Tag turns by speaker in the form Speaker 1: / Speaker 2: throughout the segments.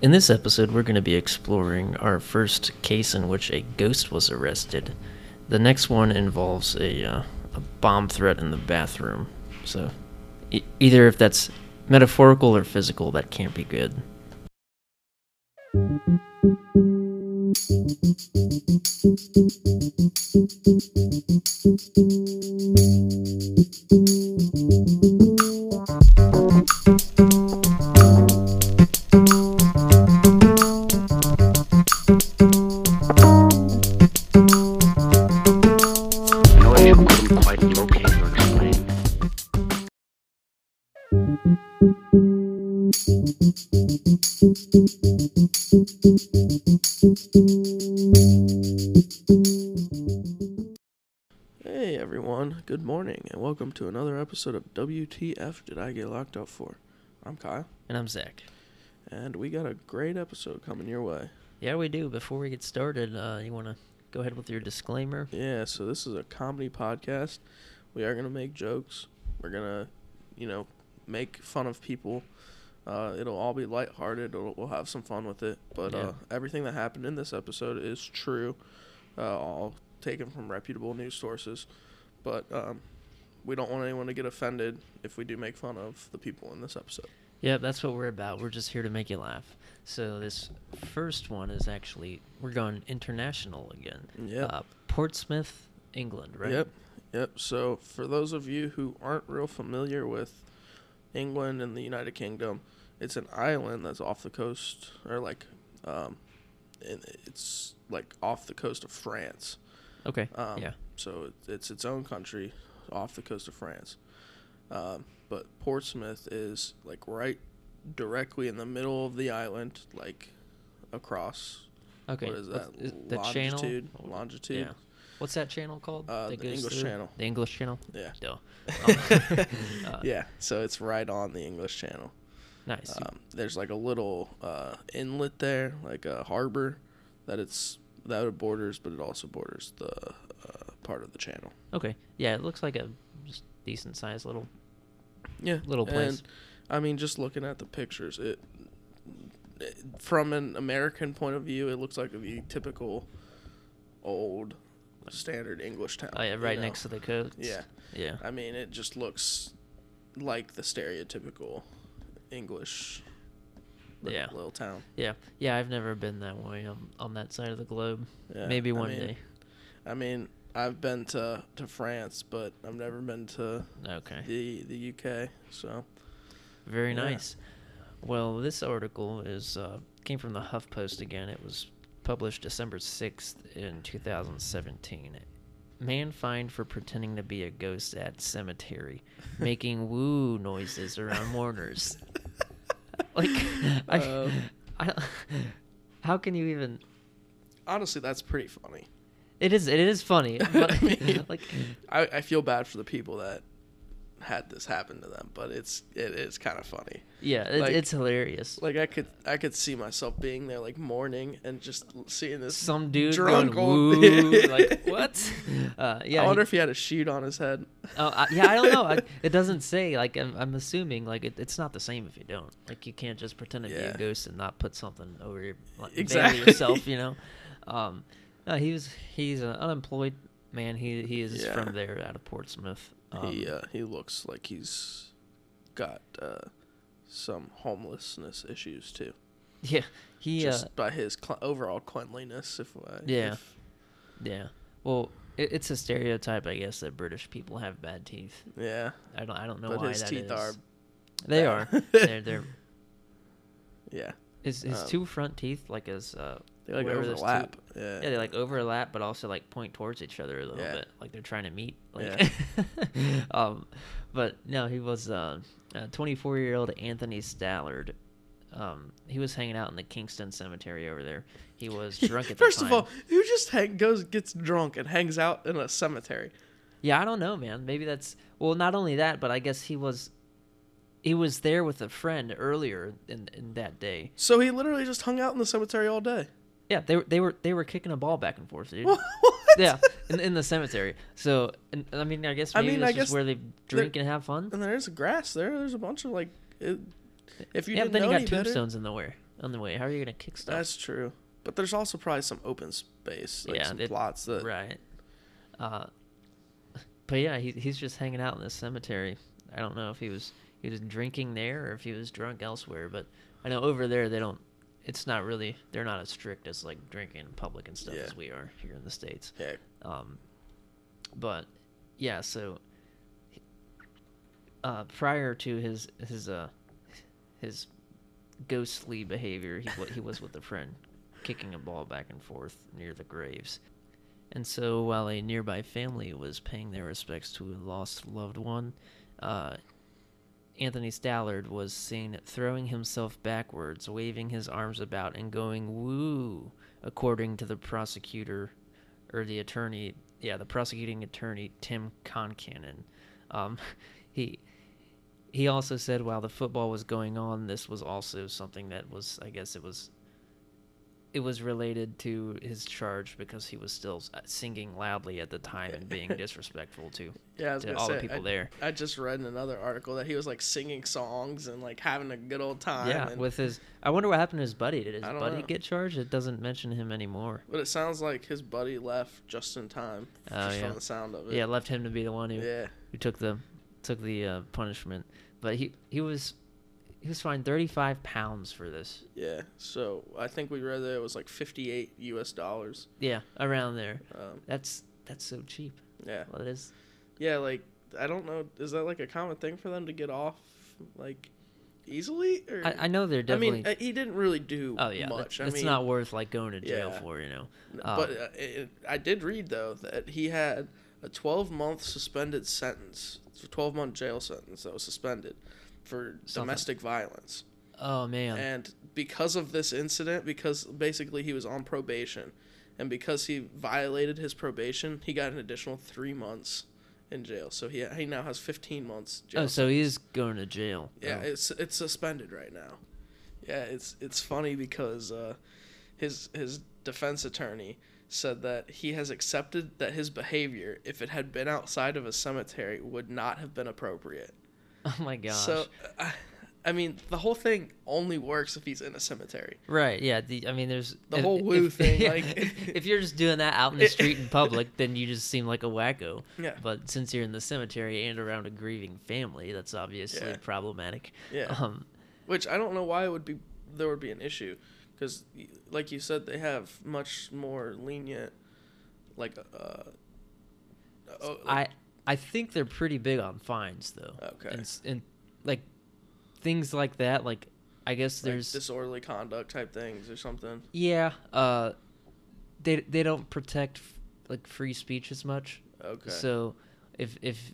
Speaker 1: In this episode, we're going to be exploring our first case in which a ghost was arrested. The next one involves a, uh, a bomb threat in the bathroom. So, e- either if that's metaphorical or physical, that can't be good.
Speaker 2: No issue couldn't quite locate or explain.
Speaker 3: Hey everyone, good morning, and welcome to another episode of WTF Did I Get Locked Up For? I'm Kyle,
Speaker 1: And I'm Zach.
Speaker 3: and we got a great episode coming your way.
Speaker 1: Yeah, we do. Before we get started, uh, you want to go ahead with your disclaimer?
Speaker 3: Yeah, so this is a comedy podcast. We are going to make jokes, we're going to, you know, make fun of people. Uh, it'll all be lighthearted, it'll, we'll have some fun with it, but
Speaker 1: Yeah.
Speaker 3: uh, everything that happened in this episode is true, uh, all taken from reputable news sources. But um, we don't want anyone to get offended if we do make fun of the people in this episode.
Speaker 1: Yep, that's what we're about. We're just here to make you laugh. So this first one is actually we're going international again.
Speaker 3: Yep.
Speaker 1: Uh, Portsmouth, England, right?
Speaker 3: Yep. Yep. So for those of you who aren't real familiar with England and the United Kingdom, it's an island that's off the coast, or like, um, and it's like off the coast of France.
Speaker 1: Okay.
Speaker 3: Um,
Speaker 1: yeah.
Speaker 3: So it- it's its own country off the coast of France. Um, but Portsmouth is like right directly in the middle of the island, like across.
Speaker 1: Okay.
Speaker 3: What is
Speaker 1: what's-
Speaker 3: that?
Speaker 1: is the
Speaker 3: longitude.
Speaker 1: channel?
Speaker 3: Longitude.
Speaker 1: Yeah. What's that channel called?
Speaker 3: Uh,
Speaker 1: that
Speaker 3: the
Speaker 1: goes
Speaker 3: English
Speaker 1: through?
Speaker 3: Channel.
Speaker 1: The English Channel.
Speaker 3: Yeah.
Speaker 1: Duh. Um, Uh,
Speaker 3: yeah. So it's right on the English Channel.
Speaker 1: Nice.
Speaker 3: Um, there's like a little uh, inlet there, like a harbor that it's that it borders, but it also borders the uh, part of the channel.
Speaker 1: okay. Yeah, it looks like a just decent sized little.
Speaker 3: Yeah,
Speaker 1: Little place.
Speaker 3: And, I mean, just looking at the pictures, it, it from an American point of view, it looks like the typical old standard English town.
Speaker 1: Oh, yeah,
Speaker 3: you
Speaker 1: right
Speaker 3: know?
Speaker 1: next to the coast.
Speaker 3: Yeah.
Speaker 1: Yeah.
Speaker 3: I mean, it just looks like the stereotypical English li-
Speaker 1: Yeah.
Speaker 3: little town.
Speaker 1: Yeah. Yeah. I've never been that way um, on that side of the globe.
Speaker 3: Yeah,
Speaker 1: Maybe
Speaker 3: I
Speaker 1: one
Speaker 3: mean,
Speaker 1: day.
Speaker 3: I mean, I've been to, to France, but I've never been to
Speaker 1: Okay.
Speaker 3: the the UK. So
Speaker 1: Very
Speaker 3: Yeah.
Speaker 1: nice. Well, this article is uh, came from the HuffPost again. It was published December sixth in two thousand seventeen. Man fined for pretending to be a ghost at cemetery, making woo noises around mourners. Like, I,
Speaker 3: Um.
Speaker 1: I, don't- how can you even?
Speaker 3: honestly, that's pretty funny.
Speaker 1: It is it is funny, but
Speaker 3: I mean,
Speaker 1: like,
Speaker 3: I, I feel bad for the people that had this happen to them, but it's it is kind of funny.
Speaker 1: yeah, it,
Speaker 3: like-
Speaker 1: it's hilarious.
Speaker 3: Like I could I could see myself being there like mourning and just l- seeing this.
Speaker 1: Some dude
Speaker 3: drunk
Speaker 1: going
Speaker 3: old-
Speaker 1: woo, like what? Uh, yeah,
Speaker 3: I
Speaker 1: he-
Speaker 3: wonder if he had a shoot on his head.
Speaker 1: Oh, I, yeah, I don't know. I, it doesn't say. Like, I'm, I'm assuming, like, it, it's not the same if you don't. Like, you can't just pretend to be
Speaker 3: Yeah.
Speaker 1: a ghost and not put something over your, like, veil
Speaker 3: Exactly.
Speaker 1: yourself, you know? Um, no, he was, he's an unemployed man. He, he is
Speaker 3: Yeah.
Speaker 1: from there out of Portsmouth. Um,
Speaker 3: he uh, he looks like he's got uh, some homelessness issues too.
Speaker 1: yeah, he, uh,
Speaker 3: Just by his cl- overall cleanliness, if I,
Speaker 1: Yeah.
Speaker 3: if-
Speaker 1: yeah. Well, it, it's a stereotype, I guess, that British people have bad teeth.
Speaker 3: yeah.
Speaker 1: I don't, I don't know
Speaker 3: But
Speaker 1: why
Speaker 3: his
Speaker 1: that
Speaker 3: teeth
Speaker 1: is.
Speaker 3: are
Speaker 1: they
Speaker 3: bad.
Speaker 1: are. They're, they're,
Speaker 3: Yeah,
Speaker 1: his, his
Speaker 3: Um,
Speaker 1: two front teeth, like, his, uh,
Speaker 3: they like
Speaker 1: wherever those two-
Speaker 3: overlap. yeah.
Speaker 1: Yeah, they like overlap, but also like point towards each other a little
Speaker 3: Yeah.
Speaker 1: bit, like they're trying to meet. Like, um, but no, he was uh, uh, 24-year-old Anthony Stallard. Um, he was hanging out in the Kingston Cemetery over there. He was drunk at the
Speaker 3: First
Speaker 1: time.
Speaker 3: of all, who just hang- goes gets drunk and hangs out in a cemetery?
Speaker 1: yeah, I don't know, man. Maybe that's well, not only that, but I guess he was he was there with a friend earlier in, in that day.
Speaker 3: So he literally just hung out in the cemetery all day.
Speaker 1: Yeah, they were they were they were kicking a ball back and forth, dude.
Speaker 3: What?
Speaker 1: yeah, in, in the cemetery. So, and, I mean, I guess
Speaker 3: I
Speaker 1: maybe
Speaker 3: mean, I
Speaker 1: that's just
Speaker 3: guess
Speaker 1: where they drink and have fun.
Speaker 3: And there's grass there. There's a bunch of like, it, if you
Speaker 1: yeah,
Speaker 3: didn't
Speaker 1: but then you
Speaker 3: know
Speaker 1: got
Speaker 3: any better,
Speaker 1: tombstones in the way. on the way. How are you gonna kick stuff?
Speaker 3: That's true. But there's also probably some open space, like
Speaker 1: Yeah,
Speaker 3: some
Speaker 1: it-
Speaker 3: plots that
Speaker 1: right. Uh, but yeah, he, he's just hanging out in the cemetery. I don't know if he was he was drinking there or if he was drunk elsewhere. But I know over there they don't. It's not really. They're not as strict as like drinking in public and stuff
Speaker 3: Yeah.
Speaker 1: as we are here in the states.
Speaker 3: Yeah,
Speaker 1: Um, but yeah, so uh, prior to his his uh his ghostly behavior, he wa- he was with a friend, kicking a ball back and forth near the graves. And so, while a nearby family was paying their respects to a lost loved one, uh, Anthony Stallard was seen throwing himself backwards, waving his arms about, and going woo, according to the prosecutor or the attorney. Yeah, the prosecuting attorney, Tim Concannon. Um, he. He also said while the football was going on, this was also something that was, I guess, it was, it was related to his charge because he was still s- singing loudly at the time and being disrespectful to,
Speaker 3: yeah. I was
Speaker 1: to
Speaker 3: gonna
Speaker 1: all
Speaker 3: say,
Speaker 1: the people
Speaker 3: I,
Speaker 1: there.
Speaker 3: I just read in another article that he was like singing songs and like having a good old time.
Speaker 1: Yeah,
Speaker 3: and,
Speaker 1: with his. I wonder what happened to his buddy. Did his
Speaker 3: I don't
Speaker 1: buddy
Speaker 3: know.
Speaker 1: get charged? It doesn't mention him anymore.
Speaker 3: but it sounds like his buddy left just in time,
Speaker 1: Oh,
Speaker 3: just
Speaker 1: yeah.
Speaker 3: from the sound of it.
Speaker 1: Yeah, left him to be the one who,
Speaker 3: yeah.
Speaker 1: who took the took the uh, punishment. But he he was he was fined thirty five pounds for this.
Speaker 3: Yeah, so I think we read that it was like 58 US dollars.
Speaker 1: Yeah, around there.
Speaker 3: Um,
Speaker 1: That's that's so cheap.
Speaker 3: yeah.
Speaker 1: Well, it is.
Speaker 3: Yeah, like I don't know, is that like a common thing for them to get off like easily or
Speaker 1: I, I know they're
Speaker 3: I
Speaker 1: definitely.
Speaker 3: mean, uh, he didn't really do
Speaker 1: oh yeah,
Speaker 3: much.
Speaker 1: much.
Speaker 3: I
Speaker 1: it's
Speaker 3: mean,
Speaker 1: not worth like going to jail
Speaker 3: yeah.
Speaker 1: for. You know.
Speaker 3: n-
Speaker 1: uh,
Speaker 3: but uh, it, I did read though that he had a 12-month suspended sentence, it's a 12-month jail sentence that was suspended for
Speaker 1: Something.
Speaker 3: domestic violence.
Speaker 1: Oh man.
Speaker 3: And because of this incident, because basically he was on probation, and because he violated his probation, he got an additional three months in jail. So he he now has 15 months jail.
Speaker 1: oh, so he is going to jail.
Speaker 3: yeah,
Speaker 1: Oh.
Speaker 3: it's it's suspended right now. Yeah, it's it's funny because uh, his his defense attorney said that he has accepted that his behavior, if it had been outside of a cemetery, would not have been appropriate.
Speaker 1: Oh my gosh.
Speaker 3: So. I I mean, the whole thing only works if he's in a cemetery.
Speaker 1: Right. Yeah. The, I mean, there's
Speaker 3: The whole woo thing,
Speaker 1: yeah,
Speaker 3: like-
Speaker 1: if, if you're just doing that out in the street in public, then you just seem like a wacko.
Speaker 3: Yeah.
Speaker 1: But since you're in the cemetery and around a grieving family, that's obviously
Speaker 3: Yeah.
Speaker 1: problematic.
Speaker 3: Yeah.
Speaker 1: Um.
Speaker 3: which I don't know why it would be there would be an issue because like you said they have much more lenient like uh oh, like-
Speaker 1: I I think they're pretty big on fines though.
Speaker 3: Okay.
Speaker 1: And, s- and like things like that, like I guess
Speaker 3: like
Speaker 1: there's
Speaker 3: disorderly conduct type things or something
Speaker 1: yeah. Uh, they they don't protect f- like free speech as much.
Speaker 3: okay
Speaker 1: So if if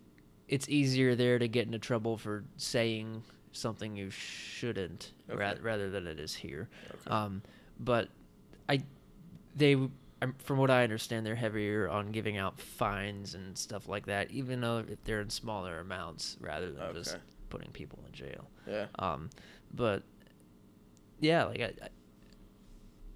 Speaker 1: it's easier there to get into trouble for saying something you shouldn't ra-
Speaker 3: Okay.
Speaker 1: rather than it is here.
Speaker 3: Okay.
Speaker 1: Um, but I they w- I'm- from what I understand they're heavier on giving out fines and stuff like that even though if they're in smaller amounts rather than just
Speaker 3: Okay.
Speaker 1: putting people in jail.
Speaker 3: yeah
Speaker 1: Um, but yeah, like I, I-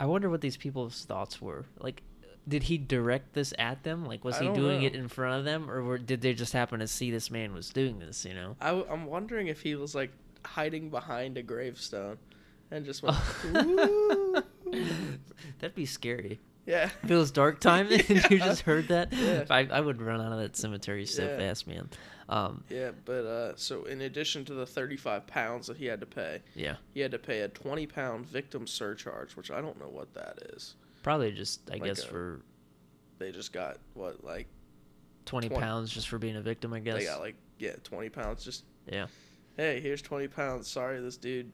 Speaker 1: I wonder what these people's thoughts were. Like, did he direct this at them? Like, was
Speaker 3: I
Speaker 1: he
Speaker 3: don't
Speaker 1: doing
Speaker 3: know.
Speaker 1: it in front of them, or were, did they just happen to see this man was doing this? You know?
Speaker 3: I, am wondering if he was like hiding behind a gravestone and just went "Ooh."
Speaker 1: That'd be scary.
Speaker 3: yeah
Speaker 1: If it was dark time and you
Speaker 3: Yeah.
Speaker 1: just heard that,
Speaker 3: Yeah.
Speaker 1: I, I would run out of that cemetery so
Speaker 3: Yeah.
Speaker 1: fast, man. Um,
Speaker 3: yeah but uh so in addition to the 35 pounds that he had to pay
Speaker 1: yeah,
Speaker 3: he had to pay a 20 pound victim surcharge which i don't know what that is
Speaker 1: probably just I
Speaker 3: Like
Speaker 1: guess
Speaker 3: a-
Speaker 1: for
Speaker 3: they just got what like
Speaker 1: 20,
Speaker 3: 20.
Speaker 1: pounds just for being a victim. I guess.
Speaker 3: They got like yeah, twenty pounds. Just
Speaker 1: yeah.
Speaker 3: hey, here's twenty pounds. Sorry, this dude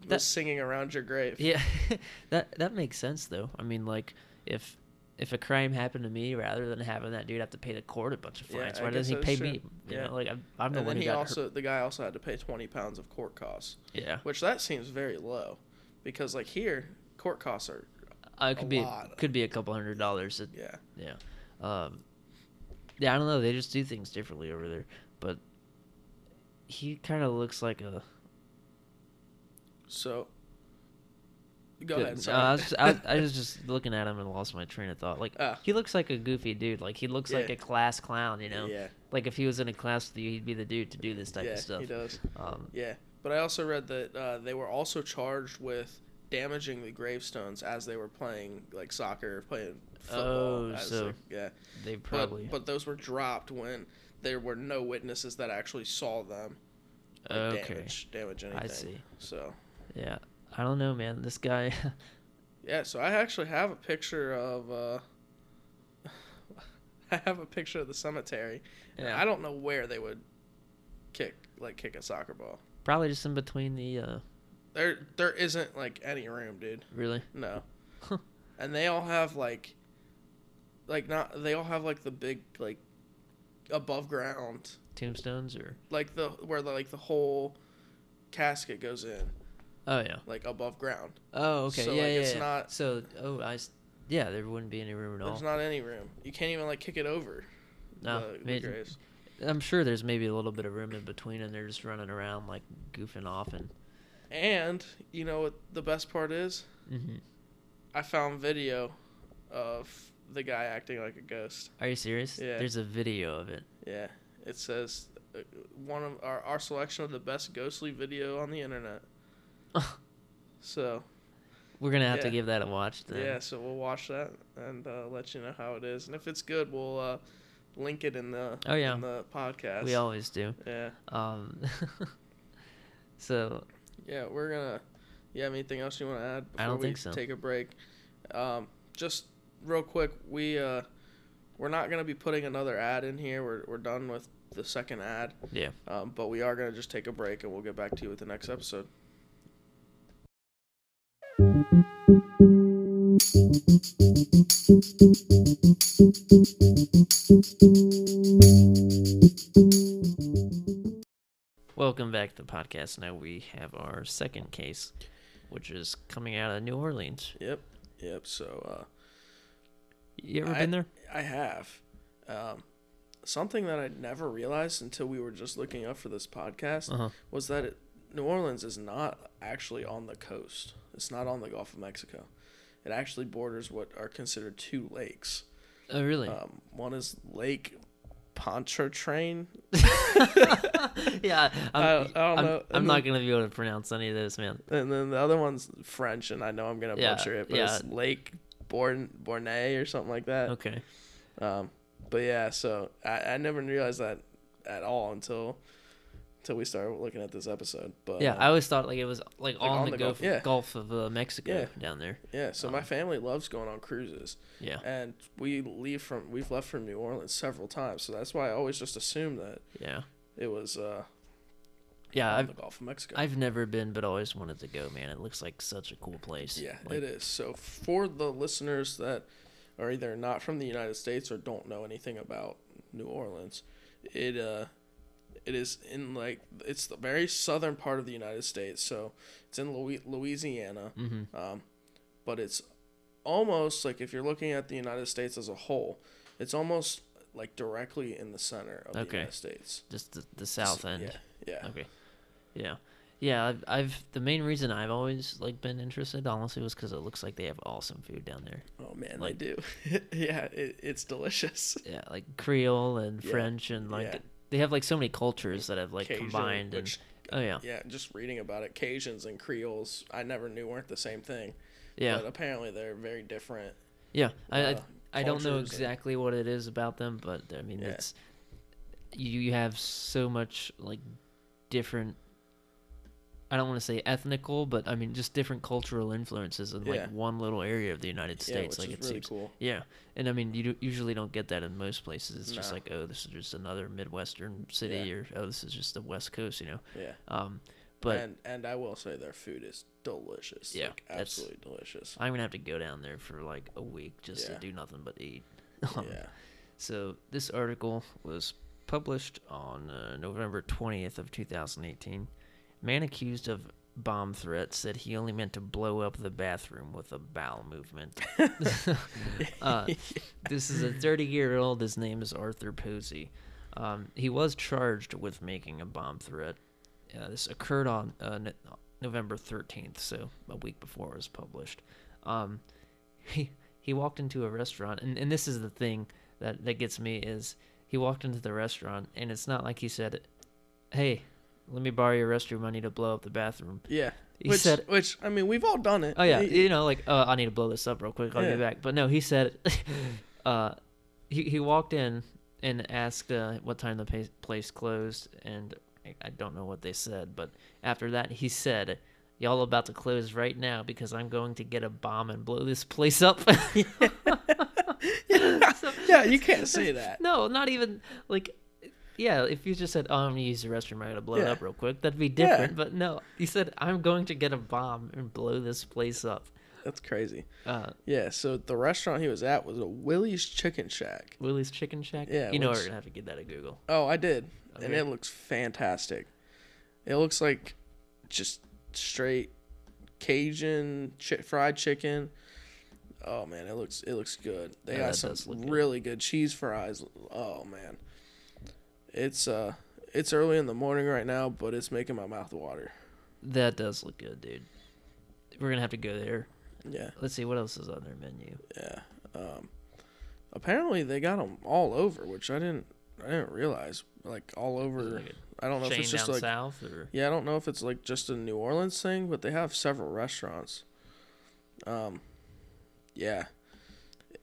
Speaker 3: was
Speaker 1: That-
Speaker 3: singing around your grave.
Speaker 1: Yeah, that that makes sense though. I mean, like if if a crime happened to me, rather than having that dude have to pay the court a bunch of
Speaker 3: Yeah,
Speaker 1: fines,
Speaker 3: I
Speaker 1: why
Speaker 3: guess
Speaker 1: doesn't he
Speaker 3: that's
Speaker 1: pay
Speaker 3: true.
Speaker 1: me? You
Speaker 3: Yeah.
Speaker 1: know, like I'm, I'm the
Speaker 3: and
Speaker 1: one who
Speaker 3: then he
Speaker 1: got
Speaker 3: also the guy also had to pay twenty pounds of court costs,
Speaker 1: hurt. Yeah,
Speaker 3: which that seems very low, because like here court costs are
Speaker 1: uh, it could be
Speaker 3: lot.
Speaker 1: could be a couple hundred dollars. It-
Speaker 3: yeah
Speaker 1: yeah, um, yeah. I don't know. They just do things differently over there, but he kind of looks like a.
Speaker 3: so. Go
Speaker 1: good-
Speaker 3: ahead.
Speaker 1: no,
Speaker 3: Sorry.
Speaker 1: I, was, I, was- I was just looking at him and lost my train of thought. Like
Speaker 3: Ah.
Speaker 1: he looks like a goofy dude. Like he looks like
Speaker 3: Yeah.
Speaker 1: a class clown. You know,
Speaker 3: Yeah.
Speaker 1: like if he was in a class with you, he'd be the dude to do this type
Speaker 3: yeah,
Speaker 1: of stuff.
Speaker 3: he does.
Speaker 1: Um,
Speaker 3: Yeah, but I also read that uh, they were also charged with damaging the gravestones as they were playing like soccer, playing football.
Speaker 1: Oh,
Speaker 3: as,
Speaker 1: so
Speaker 3: like, yeah,
Speaker 1: They probably.
Speaker 3: But, but those were dropped when there were no witnesses that actually saw them like,
Speaker 1: okay.
Speaker 3: damage damage anything.
Speaker 1: I see.
Speaker 3: So
Speaker 1: Yeah. I don't know, man. This guy.
Speaker 3: yeah, so I actually have a picture of. Uh, I have a picture of the cemetery. and
Speaker 1: Yeah.
Speaker 3: I don't know where they would kick like kick a soccer ball.
Speaker 1: probably just in between the. Uh,
Speaker 3: There there isn't like any room, dude.
Speaker 1: really?
Speaker 3: No.
Speaker 1: Huh.
Speaker 3: and they all have like like not they all have like the big like above ground
Speaker 1: Tombstones or.
Speaker 3: like the where the, like the whole casket goes in
Speaker 1: Oh, yeah.
Speaker 3: like above ground.
Speaker 1: Oh, okay.
Speaker 3: So,
Speaker 1: yeah,
Speaker 3: like,
Speaker 1: yeah,
Speaker 3: it's
Speaker 1: yeah.
Speaker 3: not-
Speaker 1: So, oh, I. s- Yeah, there wouldn't be any room at all.
Speaker 3: There's not any room. You can't even like kick it over.
Speaker 1: No,
Speaker 3: the,
Speaker 1: I
Speaker 3: the
Speaker 1: mean,
Speaker 3: graves.
Speaker 1: I'm sure there's maybe a little bit of room in between, and they're just running around like goofing off and.
Speaker 3: And you know what the best part is? Mm-hmm.
Speaker 1: hmm
Speaker 3: I found video of the guy acting like a ghost.
Speaker 1: Are you serious?
Speaker 3: Yeah.
Speaker 1: There's a video of it.
Speaker 3: Yeah, it says uh, one of our our selection of the best ghostly video on the internet. so
Speaker 1: We're gonna have to
Speaker 3: Yeah.
Speaker 1: give that a watch then.
Speaker 3: yeah, so we'll watch that and uh, let you know how it is. And if it's good, we'll uh, link it in the
Speaker 1: Oh, yeah.
Speaker 3: in the podcast.
Speaker 1: We always do.
Speaker 3: yeah
Speaker 1: Um. so
Speaker 3: yeah we're gonna. You have anything else you want to add before
Speaker 1: I don't
Speaker 3: we
Speaker 1: think so.
Speaker 3: take a break? Um, just real quick, we uh, we're not gonna be putting another ad in here. We're we're done with the second ad.
Speaker 1: yeah.
Speaker 3: Um, but we are going to just take a break and we'll get back to you with the next episode.
Speaker 1: Welcome back to the podcast. Now we have our second case, which is coming out of New Orleans.
Speaker 3: Yep. Yep. So uh,
Speaker 1: You ever
Speaker 3: I-
Speaker 1: been there?
Speaker 3: I have um, something that I never realized until we were just looking up for this podcast
Speaker 1: Uh-huh.
Speaker 3: was that it, New Orleans is not actually on the coast. It's not on the Gulf of Mexico. It actually borders what are considered two lakes.
Speaker 1: Oh, really?
Speaker 3: Um, one is Lake Pontchartrain.
Speaker 1: yeah. I'm,
Speaker 3: I don't- I don't
Speaker 1: I'm-
Speaker 3: know.
Speaker 1: I'm not gonna be able to pronounce any of those, man.
Speaker 3: And then the other one's French, and I know I'm gonna
Speaker 1: Yeah,
Speaker 3: butcher it, but it's
Speaker 1: yeah.
Speaker 3: Lake Born Bornay or something like that.
Speaker 1: Okay.
Speaker 3: Um, but yeah, so I, I never realized that at all until until we started looking at this episode. But
Speaker 1: Yeah,
Speaker 3: uh,
Speaker 1: I always thought like it was like, on, the, Gulf,
Speaker 3: yeah.
Speaker 1: Gulf of uh, Mexico
Speaker 3: Yeah.
Speaker 1: down there.
Speaker 3: yeah. So my family loves going on cruises,
Speaker 1: Yeah.
Speaker 3: and we leave from we've left from New Orleans several times, so that's why I always just assumed that
Speaker 1: Yeah.
Speaker 3: it was uh,
Speaker 1: Yeah,
Speaker 3: on
Speaker 1: I've
Speaker 3: the Gulf of Mexico.
Speaker 1: I've never been, but always wanted to go, man. It looks like such a cool place.
Speaker 3: yeah,
Speaker 1: Like,
Speaker 3: it is. So for the listeners that are either not from the United States or don't know anything about New Orleans, it uh it is in like it's the very southern part of the United States. So it's in Louis- Louisiana.
Speaker 1: Mm-hmm.
Speaker 3: Um but it's almost like if you're looking at the United States as a whole, it's almost like directly in the center of the
Speaker 1: Okay.
Speaker 3: United States.
Speaker 1: Just the, the south end.
Speaker 3: Yeah. Yeah.
Speaker 1: Okay. Yeah. Yeah, I've, I've the main reason I've always like been interested honestly was because it looks like they have awesome food down there.
Speaker 3: Oh man,
Speaker 1: Like-
Speaker 3: they do. yeah, it, it's delicious.
Speaker 1: Yeah, like Creole and
Speaker 3: Yeah,
Speaker 1: French and like
Speaker 3: yeah.
Speaker 1: they have like so many cultures that have like
Speaker 3: Cajun,
Speaker 1: combined and
Speaker 3: which-
Speaker 1: oh yeah,
Speaker 3: yeah, just reading about it, Cajuns and Creoles, I never knew weren't the same thing.
Speaker 1: yeah,
Speaker 3: But apparently they're very different.
Speaker 1: yeah. I
Speaker 3: uh,
Speaker 1: I, I don't know
Speaker 3: cultures and-
Speaker 1: exactly what it is about them, but I mean
Speaker 3: Yeah.
Speaker 1: it's you you have so much like different. I don't want to say ethnical, but I mean just different cultural influences in like
Speaker 3: Yeah.
Speaker 1: one little area of the United
Speaker 3: Yeah,
Speaker 1: States.
Speaker 3: which
Speaker 1: like
Speaker 3: is
Speaker 1: it
Speaker 3: really
Speaker 1: seems
Speaker 3: cool.
Speaker 1: Yeah, and I mean, you do, usually don't get that in most places. It's just
Speaker 3: No.
Speaker 1: like, oh, this is just another midwestern city,
Speaker 3: Yeah.
Speaker 1: or oh, this is just the West Coast, you know.
Speaker 3: Yeah.
Speaker 1: Um, but
Speaker 3: and and I will say their food is delicious.
Speaker 1: Yeah,
Speaker 3: Like,
Speaker 1: that's-
Speaker 3: absolutely delicious.
Speaker 1: I'm gonna have to go down there for like a week just
Speaker 3: Yeah.
Speaker 1: to do nothing but eat. Um,
Speaker 3: yeah.
Speaker 1: So this article was published on uh, November 20th of 2018. Man accused of bomb threat said he only meant to blow up the bathroom with a bowel movement. uh, This is a 30-year-old. His name is Arthur Posey. Um, he was charged with making a bomb threat. Uh, this occurred on uh, no- November 13th, so a week before it was published. Um, he he walked into a restaurant and, and this is the thing that, that gets me is he walked into the restaurant and it's not like he said hey let me borrow your restroom i need to blow up the bathroom
Speaker 3: Yeah.
Speaker 1: He
Speaker 3: which,
Speaker 1: said,
Speaker 3: which I mean, we've all done it.
Speaker 1: "Oh yeah,
Speaker 3: He-
Speaker 1: you know, like uh, I need to blow this up real quick. I'll
Speaker 3: Yeah.
Speaker 1: be back." But no, he said, uh, he he walked in and asked uh, what time the pa- place closed, and I, I don't know what they said, but after that, he said. Y'all about to close right now because I'm going to get a bomb and blow this place up.
Speaker 3: yeah, you can't say that.
Speaker 1: No, not even like yeah, if you just said, Oh, I'm gonna use the restroom, I gotta blow it
Speaker 3: Yeah.
Speaker 1: up real quick, that'd be different. But no. You said, I'm going to get a bomb and blow this place up.
Speaker 3: That's crazy.
Speaker 1: Uh
Speaker 3: Yeah. So the restaurant he was at was a Willie's Chicken Shack.
Speaker 1: Willie's chicken shack.
Speaker 3: Yeah,
Speaker 1: You know
Speaker 3: which-
Speaker 1: we're gonna have to get that at Google.
Speaker 3: Oh, I did, and
Speaker 1: Okay.
Speaker 3: it looks fantastic. It looks like just straight Cajun chi- fried chicken. Oh man, it looks it looks good. They
Speaker 1: Yeah,
Speaker 3: got
Speaker 1: that
Speaker 3: some
Speaker 1: does look good.
Speaker 3: really good cheese fries. Oh man, it's uh it's early in the morning right now, but it's making my mouth water.
Speaker 1: That does look good, dude. We're gonna have to go there.
Speaker 3: Yeah,
Speaker 1: Let's see what else is on their menu.
Speaker 3: yeah. Um, apparently they got them all over, which I didn't I didn't realize. Like all over.
Speaker 1: like
Speaker 3: I don't know if
Speaker 1: Chain
Speaker 3: it's just
Speaker 1: down
Speaker 3: like
Speaker 1: south or
Speaker 3: Yeah, I don't know if it's like just a New Orleans thing, but they have several restaurants. Um, yeah,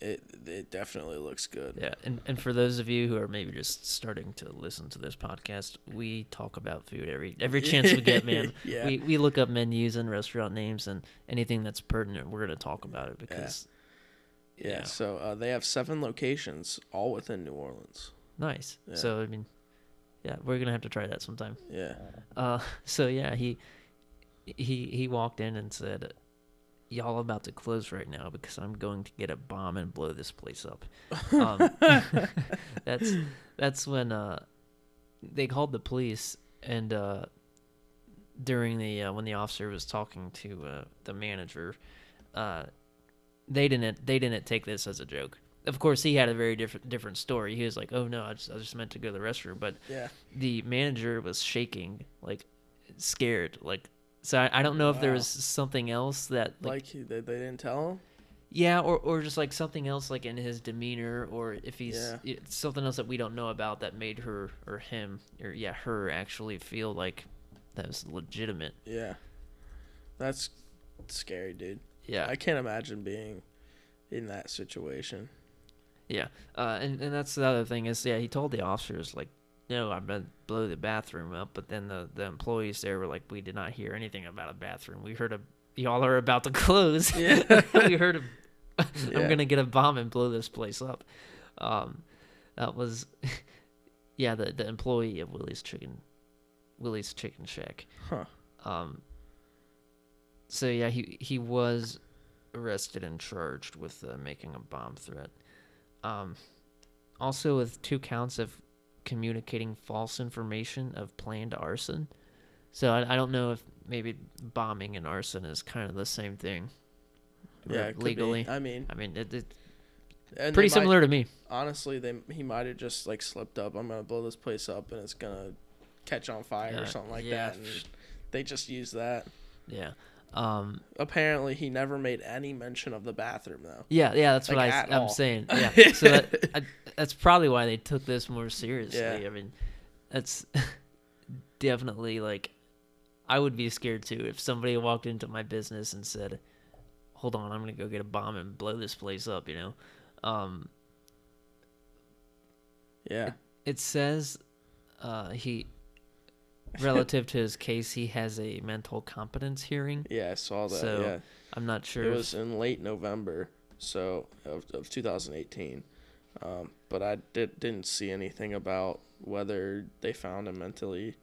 Speaker 3: it it definitely looks good.
Speaker 1: yeah, and, and for those of you who are maybe just starting to listen to this podcast, we talk about food every every chance we get, man.
Speaker 3: Yeah.
Speaker 1: We we look up menus and restaurant names and anything that's pertinent, we're gonna talk about it because
Speaker 3: Yeah,
Speaker 1: yeah.
Speaker 3: so uh, they have seven locations, all within New Orleans.
Speaker 1: nice. So I mean, yeah, we're gonna have to try that sometime.
Speaker 3: Yeah,
Speaker 1: Uh, so yeah, he he he walked in and said, "Y'all about to close right now because I'm going to get a bomb and blow this place up." Um, that's that's when uh, they called the police and uh, during the uh, when the officer was talking to uh, the manager, uh, they didn't they didn't take this as a joke. Of course, he had a very different different story. He was like, "Oh no, I just, I just meant to go to the restroom," but
Speaker 3: yeah,
Speaker 1: the manager was shaking, like scared, like. So I, I don't know if there
Speaker 3: Wow.
Speaker 1: was something else that, like,
Speaker 3: like, he they, they didn't tell him.
Speaker 1: yeah, or, or just like something else like in his demeanor, or if he's
Speaker 3: Yeah.
Speaker 1: it's something else that we don't know about that made her or him or yeah her actually feel like that was legitimate.
Speaker 3: Yeah, that's scary, dude.
Speaker 1: Yeah,
Speaker 3: I can't imagine being in that situation.
Speaker 1: Yeah, uh, and and that's the other thing is yeah he told the officers like no I'm gonna blow the bathroom up but then the the employees there were like we did not hear anything about a bathroom we heard a y'all are about to close
Speaker 3: Yeah.
Speaker 1: we heard a,
Speaker 3: Yeah.
Speaker 1: I'm gonna get a bomb and blow this place up um that was yeah the the employee of Willie's Chicken Willie's Chicken Shack
Speaker 3: Huh.
Speaker 1: um so yeah he he was arrested and charged with uh, making a bomb threat um, also with two counts of communicating false information of planned arson. So I, I don't know if maybe bombing and arson is kind of the same thing.
Speaker 3: Yeah,
Speaker 1: re-
Speaker 3: it could be.
Speaker 1: legally.
Speaker 3: I mean,
Speaker 1: I mean, it, it's
Speaker 3: and they
Speaker 1: pretty
Speaker 3: might-
Speaker 1: similar to me.
Speaker 3: honestly they he might have just like slipped up i'm gonna blow this place up and it's gonna catch on fire
Speaker 1: Yeah,
Speaker 3: or something like
Speaker 1: yeah.
Speaker 3: that and they just used that
Speaker 1: Yeah. Um.
Speaker 3: apparently he never made any mention of the bathroom though
Speaker 1: Yeah. Yeah. That's what
Speaker 3: Like,
Speaker 1: I,
Speaker 3: at
Speaker 1: am
Speaker 3: all.
Speaker 1: saying. Yeah. So that, I, that's probably why they took this more seriously.
Speaker 3: Yeah.
Speaker 1: I mean, that's definitely like I would be scared too if somebody walked into my business and said, "Hold on, I'm gonna go get a bomb and blow this place up." You know. Um.
Speaker 3: yeah
Speaker 1: It says uh, he, relative to his case, he has a mental competence hearing.
Speaker 3: yeah i saw that
Speaker 1: So
Speaker 3: yeah
Speaker 1: I'm not sure.
Speaker 3: it
Speaker 1: if-
Speaker 3: was in late november so of, of 2018 um, but i did, didn't see anything about whether they found him mentally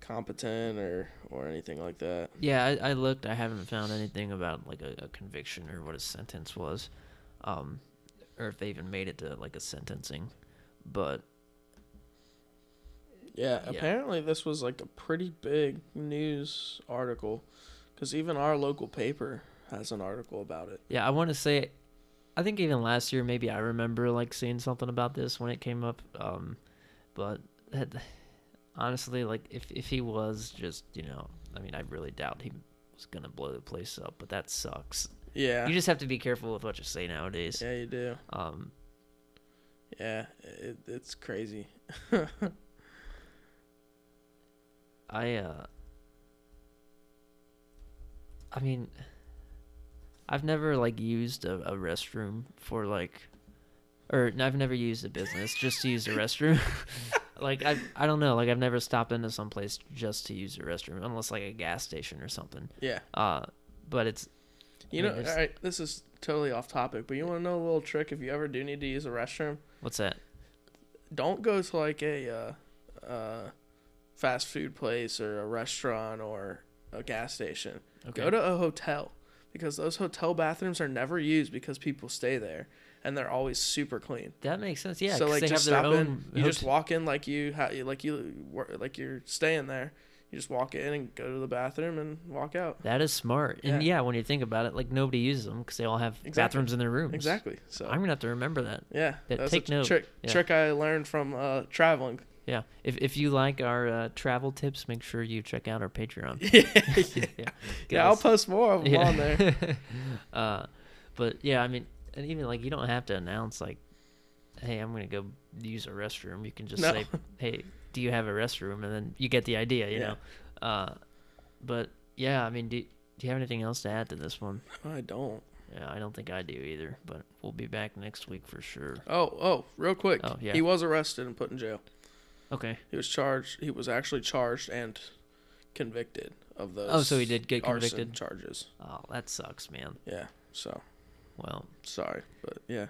Speaker 3: competent or or anything like that
Speaker 1: yeah, I, I looked. I haven't found anything about like a, a conviction or what his sentence was, um, or if they even made it to like a sentencing. But
Speaker 3: Yeah,
Speaker 1: Yeah.
Speaker 3: apparently this was like a pretty big news article because even our local paper has an article about it.
Speaker 1: yeah, I want to say, I think even last year, maybe I remember like seeing something about this when it came up. Um, but that, honestly, like if if he was just you know, I mean, I really doubt he was gonna blow the place up. But that sucks.
Speaker 3: Yeah.
Speaker 1: You just have to be careful with what you say nowadays.
Speaker 3: yeah, you do.
Speaker 1: Um,
Speaker 3: Yeah, it, it's crazy.
Speaker 1: I uh I mean, I've never like used a, a restroom for like, or n- I've never used a business just to use a restroom. like I, I don't know. Like I've never stopped into some place just to use a restroom, unless like a gas station or something.
Speaker 3: Yeah.
Speaker 1: Uh, but it's
Speaker 3: You
Speaker 1: Yeah,
Speaker 3: know,
Speaker 1: there's-
Speaker 3: all right, this is totally off topic, but you want to know a little trick if you ever do need to use a restroom?
Speaker 1: what's that?
Speaker 3: Don't go to like a uh, uh, fast food place or a restaurant or a gas station.
Speaker 1: Okay.
Speaker 3: Go to a hotel because those hotel bathrooms are never used because people stay there and they're always super clean.
Speaker 1: That makes sense. Yeah,
Speaker 3: so
Speaker 1: 'cause
Speaker 3: like
Speaker 1: they
Speaker 3: just
Speaker 1: have their
Speaker 3: stop
Speaker 1: own.
Speaker 3: in. You just
Speaker 1: hot-
Speaker 3: walk in like you ha- like you wor- like you're staying there. You just walk in and go to the bathroom and walk out.
Speaker 1: that is smart. And
Speaker 3: Yeah.
Speaker 1: yeah, when you think about it, like nobody uses them because they all have
Speaker 3: Exactly.
Speaker 1: bathrooms in their rooms.
Speaker 3: Exactly. So
Speaker 1: I'm gonna have to remember that.
Speaker 3: Yeah,
Speaker 1: That-
Speaker 3: that's
Speaker 1: take
Speaker 3: a
Speaker 1: note.
Speaker 3: trick.
Speaker 1: Yeah.
Speaker 3: Trick I learned from uh, traveling.
Speaker 1: Yeah. If if you like our uh, travel tips, make sure you check out our Patreon.
Speaker 3: yeah,
Speaker 1: yeah. Give
Speaker 3: yeah. I'll
Speaker 1: us-
Speaker 3: post more of them
Speaker 1: yeah.
Speaker 3: on there.
Speaker 1: uh, but yeah, I mean, and even like you don't have to announce like, hey, I'm gonna go use a restroom. You can just
Speaker 3: No.
Speaker 1: say, hey, do you have a restroom? And then you get the idea, you
Speaker 3: Yeah.
Speaker 1: know. Uh, but yeah, I mean, do do you have anything else to add to this one?
Speaker 3: I don't.
Speaker 1: Yeah, I don't think I do either. But we'll be back next week for sure.
Speaker 3: Oh, oh, real quick.
Speaker 1: Oh, yeah.
Speaker 3: He was arrested and put in jail.
Speaker 1: Okay.
Speaker 3: He was charged. He was actually charged and convicted of those.
Speaker 1: Oh, so he did get
Speaker 3: arson
Speaker 1: convicted?
Speaker 3: charges.
Speaker 1: Oh, that sucks, man.
Speaker 3: Yeah. So
Speaker 1: Well,
Speaker 3: sorry, but yeah.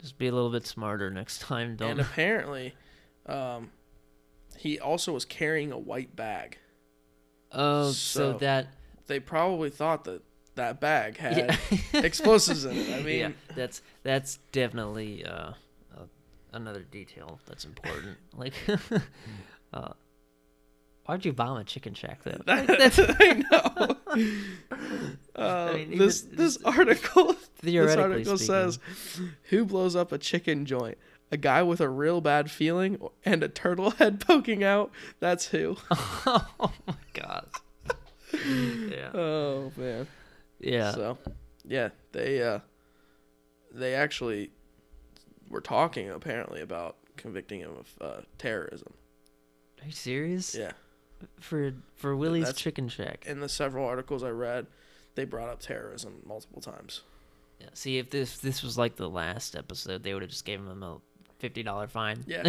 Speaker 1: just be a little bit smarter next time. Don't.
Speaker 3: And apparently, um, he also was carrying a white bag.
Speaker 1: oh, so
Speaker 3: so-
Speaker 1: that.
Speaker 3: They probably thought that that bag had
Speaker 1: Yeah.
Speaker 3: explosives in it. I mean,
Speaker 1: yeah, that's that's definitely uh, uh, another detail that's important. Like, uh, why'd you bomb a chicken shack though? Like, that's
Speaker 3: I know. Uh,
Speaker 1: mean,
Speaker 3: this
Speaker 1: even-
Speaker 3: this article this
Speaker 1: theoretically
Speaker 3: article says, "Who blows up a chicken joint? A guy with a real bad feeling and a turtle head poking out. That's who."
Speaker 1: oh my god. yeah.
Speaker 3: Oh man.
Speaker 1: Yeah.
Speaker 3: So, yeah, they uh, they actually were talking apparently about convicting him of uh, terrorism.
Speaker 1: Are you serious?
Speaker 3: Yeah,
Speaker 1: For for Willie's
Speaker 3: That's-
Speaker 1: chicken shack.
Speaker 3: in the several articles I read, they brought up terrorism multiple times.
Speaker 1: Yeah. See if this this was like the last episode, they would have just gave him a fifty dollar fine.
Speaker 3: Yeah.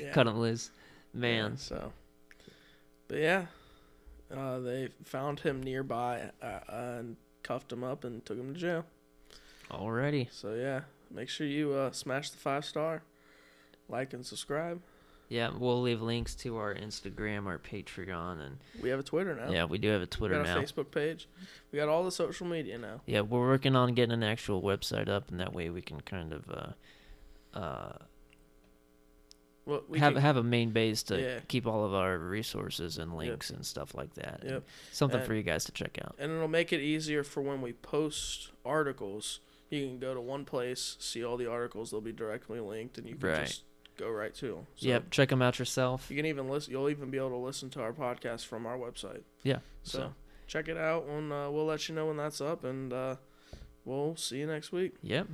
Speaker 3: Yeah.
Speaker 1: Cut him loose.
Speaker 3: Yeah,
Speaker 1: Man.
Speaker 3: so, but yeah, uh, they found him nearby uh, uh, and cuffed him up and took him to jail.
Speaker 1: Alrighty.
Speaker 3: So yeah, make sure you uh, smash the five star, like and subscribe.
Speaker 1: Yeah, we'll leave links to our Instagram, our Patreon, and
Speaker 3: We have a Twitter now.
Speaker 1: yeah, we do have a
Speaker 3: we
Speaker 1: Twitter
Speaker 3: Oh, got a
Speaker 1: now.
Speaker 3: Facebook page. We got all the social media now.
Speaker 1: Yeah, we're working on getting an actual website up, and that way we can kind of uh, uh,
Speaker 3: Well, we
Speaker 1: have
Speaker 3: can-
Speaker 1: have a main base to
Speaker 3: Yeah.
Speaker 1: keep all of our resources and links and stuff like that. and
Speaker 3: Yep.
Speaker 1: Something
Speaker 3: And-
Speaker 1: for you guys to check out.
Speaker 3: and it'll make it easier for when we post articles. You can go to one place, see all the articles. They'll be directly linked, and you can
Speaker 1: Right.
Speaker 3: just go right to them. So
Speaker 1: yep, check them out yourself.
Speaker 3: You can even listen. You'll even be able to listen to our podcast from our website.
Speaker 1: Yeah.
Speaker 3: So,
Speaker 1: So.
Speaker 3: check it out. When uh, we'll let you know when that's up, and uh, we'll see you next week.
Speaker 1: Yep.